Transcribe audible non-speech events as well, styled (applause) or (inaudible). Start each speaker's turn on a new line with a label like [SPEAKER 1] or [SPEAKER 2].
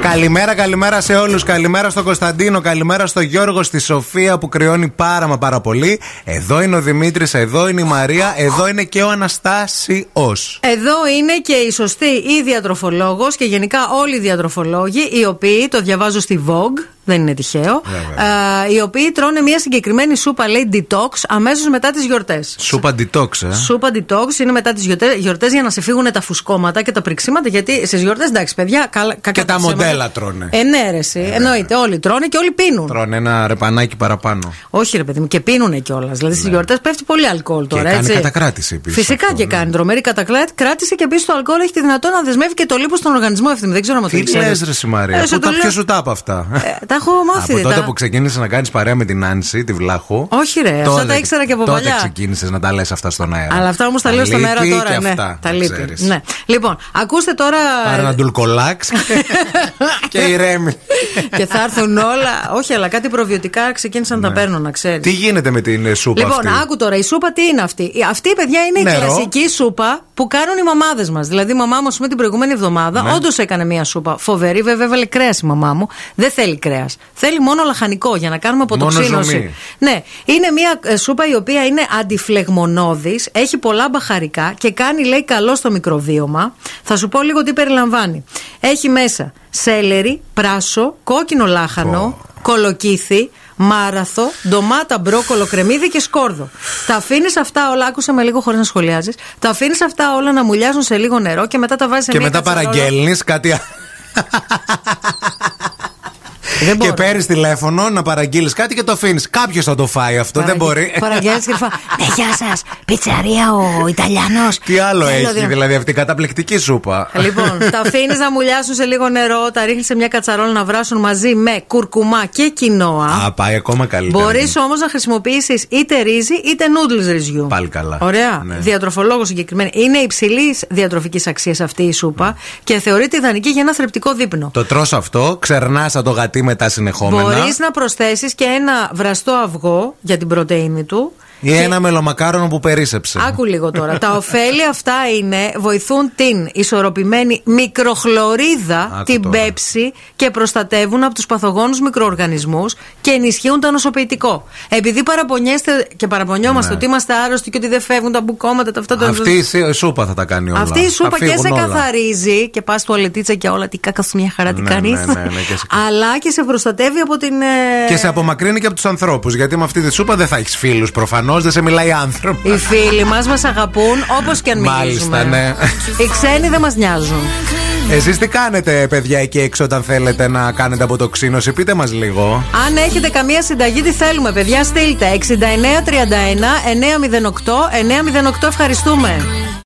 [SPEAKER 1] Καλημέρα, καλημέρα σε όλους. Καλημέρα στον Κωνσταντίνο, καλημέρα στο Γιώργο, στη Σοφία που κρυώνει πάρα μα πάρα πολύ. Εδώ είναι ο Δημήτρης, εδώ είναι η Μαρία, εδώ είναι και ο Αναστάσιος.
[SPEAKER 2] Εδώ είναι και η σωστή η διατροφολόγος και γενικά όλοι οι διατροφολόγοι, οι οποίοι το διαβάζω στη Vogue. Δεν είναι τυχαίο. Ε, οι οποίοι τρώνε μια συγκεκριμένη σούπα, λέει detox, αμέσως μετά τις γιορτές.
[SPEAKER 1] Σούπα detox, ε.
[SPEAKER 2] Σούπα detox είναι μετά τις γιορτές για να σε φύγουν τα φουσκώματα και τα πρηξίματα. Γιατί στις γιορτές, εντάξει, παιδιά, καλά,
[SPEAKER 1] Και τα μοντέλα τρώνε.
[SPEAKER 2] Ε,
[SPEAKER 1] Ε,
[SPEAKER 2] Ενέρεση. ναι, Εννοείται. Όλοι τρώνε και όλοι πίνουν.
[SPEAKER 1] Τρώνε ένα ρεπανάκι παραπάνω.
[SPEAKER 2] Όχι, ρε παιδί μου, και πίνουνε κιόλας. Δηλαδή στις γιορτές πέφτει πολύ αλκοόλ τώρα.
[SPEAKER 1] Ναι. και κάνει
[SPEAKER 2] έτσι.
[SPEAKER 1] κατακράτηση ναι. επίσης.
[SPEAKER 2] Φυσικά και κάνει τρομερή κατακράτηση και επίσης το αλκοόλ έχει τη δυνατότητα να δεσμεύει και το λίπος στον οργανισμό ευθύνη. Δεν ξέρω αν το
[SPEAKER 1] Τι λε,
[SPEAKER 2] ξέρεις.
[SPEAKER 1] ρε στη Μαρία,
[SPEAKER 2] Ε,
[SPEAKER 1] που
[SPEAKER 2] σου το
[SPEAKER 1] τα
[SPEAKER 2] λέω.
[SPEAKER 1] πιο σου τα από αυτά. (laughs)
[SPEAKER 2] Ε, τα έχω μάθει.
[SPEAKER 1] Από τότε
[SPEAKER 2] τα-
[SPEAKER 1] που ξεκίνησες να κάνεις παρέα με την Άνση, τη Βλάχο.
[SPEAKER 2] Όχι, ρε, αυτά
[SPEAKER 1] τότε-
[SPEAKER 2] τα ήξερα και από
[SPEAKER 1] Τότε
[SPEAKER 2] παλιά.
[SPEAKER 1] ξεκίνησες να τα λες αυτά στον αέρα.
[SPEAKER 2] Αλλά αυτά όμως τα λέω στον αέρα
[SPEAKER 1] λείπει
[SPEAKER 2] τώρα.
[SPEAKER 1] Και
[SPEAKER 2] ναι,
[SPEAKER 1] αυτά,
[SPEAKER 2] τα
[SPEAKER 1] να
[SPEAKER 2] λείπει.
[SPEAKER 1] ξέρεις.
[SPEAKER 2] Ναι. Λοιπόν, ακούστε τώρα.
[SPEAKER 1] Πάρε ένα
[SPEAKER 2] (laughs)
[SPEAKER 1] ντουλκολάξ και ηρέμη.
[SPEAKER 2] και θα έρθουν όλα. Όχι, αλλά κάτι προβιωτικά ξεκίνησαν να τα παίρνω, να ξέρεις.
[SPEAKER 1] Ναι. Τι γίνεται με την ε, σούπα
[SPEAKER 2] Λοιπόν,
[SPEAKER 1] αυτή.
[SPEAKER 2] άκου τώρα, η σούπα τι είναι αυτή. Η- Αυτή, παιδιά, είναι η
[SPEAKER 1] Νερό.
[SPEAKER 2] κλασική σούπα που κάνουν οι μαμάδες μας. Δηλαδή, η μαμά μου, ας πούμε, την προηγούμενη εβδομάδα,
[SPEAKER 1] Ναι.
[SPEAKER 2] όντως έκανε μία σούπα φοβερή. Βέβαια, έβαλε κρέας η μαμά μου. Δεν θέλει κρέας. Θέλει μόνο λαχανικό για να κάνουμε αποτοξίνωση.
[SPEAKER 1] ζουμί.
[SPEAKER 2] Ναι, είναι μία ε, σούπα η οποία είναι αντιφλεγμονώδης, έχει πολλά μπαχαρικά και κάνει, λέει, καλό στο μικροβίωμα. Θα σου πω λίγο τι περιλαμβάνει. Έχει μέσα σέλερι, πράσο, κόκκινο λάχανο, κολοκύθι, μάραθο, ντομάτα, μπρόκολο, κρεμμύδι και σκόρδο. Τα αφήνεις αυτά όλα, άκουσα με λίγο χωρίς να σχολιάζεις. Τα αφήνεις αυτά όλα να μουλιάζουν σε λίγο νερό και μετά τα βάζεις σε
[SPEAKER 1] Και
[SPEAKER 2] μια
[SPEAKER 1] μετά
[SPEAKER 2] κατσαρόλα.
[SPEAKER 1] παραγγέλνεις κάτι άλλο.
[SPEAKER 2] Δεν
[SPEAKER 1] Και
[SPEAKER 2] μπορώ.
[SPEAKER 1] παίρνεις τηλέφωνο να παραγγείλεις κάτι και το αφήνεις. Κάποιος θα το φάει αυτό, δεν μπορεί.
[SPEAKER 2] Παραγγέλνεις
[SPEAKER 1] (laughs)
[SPEAKER 2] και ρυφά.
[SPEAKER 3] Ναι, γεια σας. Πιτσαρία ο Ιταλιανός.
[SPEAKER 1] Τι άλλο
[SPEAKER 2] Θέλω
[SPEAKER 1] έχεις,
[SPEAKER 2] δύο.
[SPEAKER 1] δηλαδή αυτή η καταπληκτική σούπα.
[SPEAKER 2] Λοιπόν, τα
[SPEAKER 1] (laughs)
[SPEAKER 2] αφήνεις να μουλιάσουν σε λίγο νερό, τα ρίχνεις σε μια κατσαρόλα να βράσουν μαζί με κουρκουμά και κοινόα.
[SPEAKER 1] Α, πάει ακόμα καλύτερα.
[SPEAKER 2] Μπορείς όμως να χρησιμοποιήσεις είτε ρύζι είτε noodles ρυζιού.
[SPEAKER 1] Πάλι καλά.
[SPEAKER 2] Ωραία.
[SPEAKER 1] Ναι.
[SPEAKER 2] Διατροφολόγο συγκεκριμένη. Είναι υψηλής διατροφικής αξίας αυτή η σούπα και θεωρείται ιδανική για ένα θρεπτικό δείπνο.
[SPEAKER 1] Ναι. Το τρως αυτό, ξερνάς το γατί μετά συνεχόμενα.
[SPEAKER 2] Μπορείς να προσθέσεις και ένα βραστό αυγό για την πρωτενη του.
[SPEAKER 1] Ή ένα μελομακάρονο που περίσεψε.
[SPEAKER 2] Άκου λίγο τώρα. Τα ωφέλη αυτά είναι βοηθούν την ισορροπημένη μικροχλωρίδα,
[SPEAKER 1] Άκου
[SPEAKER 2] την
[SPEAKER 1] τώρα.
[SPEAKER 2] πέψη και προστατεύουν από τους παθογόνους μικροοργανισμούς και ενισχύουν το νοσοποιητικό. Επειδή παραπονιέστε και παραπονιόμαστε
[SPEAKER 1] Ναι.
[SPEAKER 2] ότι είμαστε άρρωστοι και ότι δεν φεύγουν τα μπουκώματα, τα αυτά τα
[SPEAKER 1] Αυτή η σι- σούπα θα τα κάνει όλα.
[SPEAKER 2] αυτή η σούπα
[SPEAKER 1] Θα
[SPEAKER 2] και σε
[SPEAKER 1] φύγουν όλα.
[SPEAKER 2] καθαρίζει και πας τουαλετίτσα και όλα. Τι κάκα σου μια χαρά, τι
[SPEAKER 1] Ναι,
[SPEAKER 2] κάνεις.
[SPEAKER 1] ναι, ναι, ναι, και σε-
[SPEAKER 2] Αλλά και σε προστατεύει από την. ε,
[SPEAKER 1] Και σε απομακρύνει και από τους ανθρώπους. Γιατί με αυτή τη σούπα δεν θα έχεις φίλους προφανώς, δεν σε μιλάει άνθρωπος.
[SPEAKER 2] Οι φίλοι μας μας αγαπούν όπως και αν μιλήσουμε.
[SPEAKER 1] Μάλιστα, ναι.
[SPEAKER 2] Οι ξένοι δεν μας νοιάζουν.
[SPEAKER 1] Εσείς τι κάνετε, παιδιά, εκεί έξω όταν θέλετε να κάνετε αποτοξίνωση, πείτε μας λίγο.
[SPEAKER 2] Αν έχετε καμία συνταγή, τι θέλουμε, παιδιά, στείλτε. 6931 908 908. Ευχαριστούμε.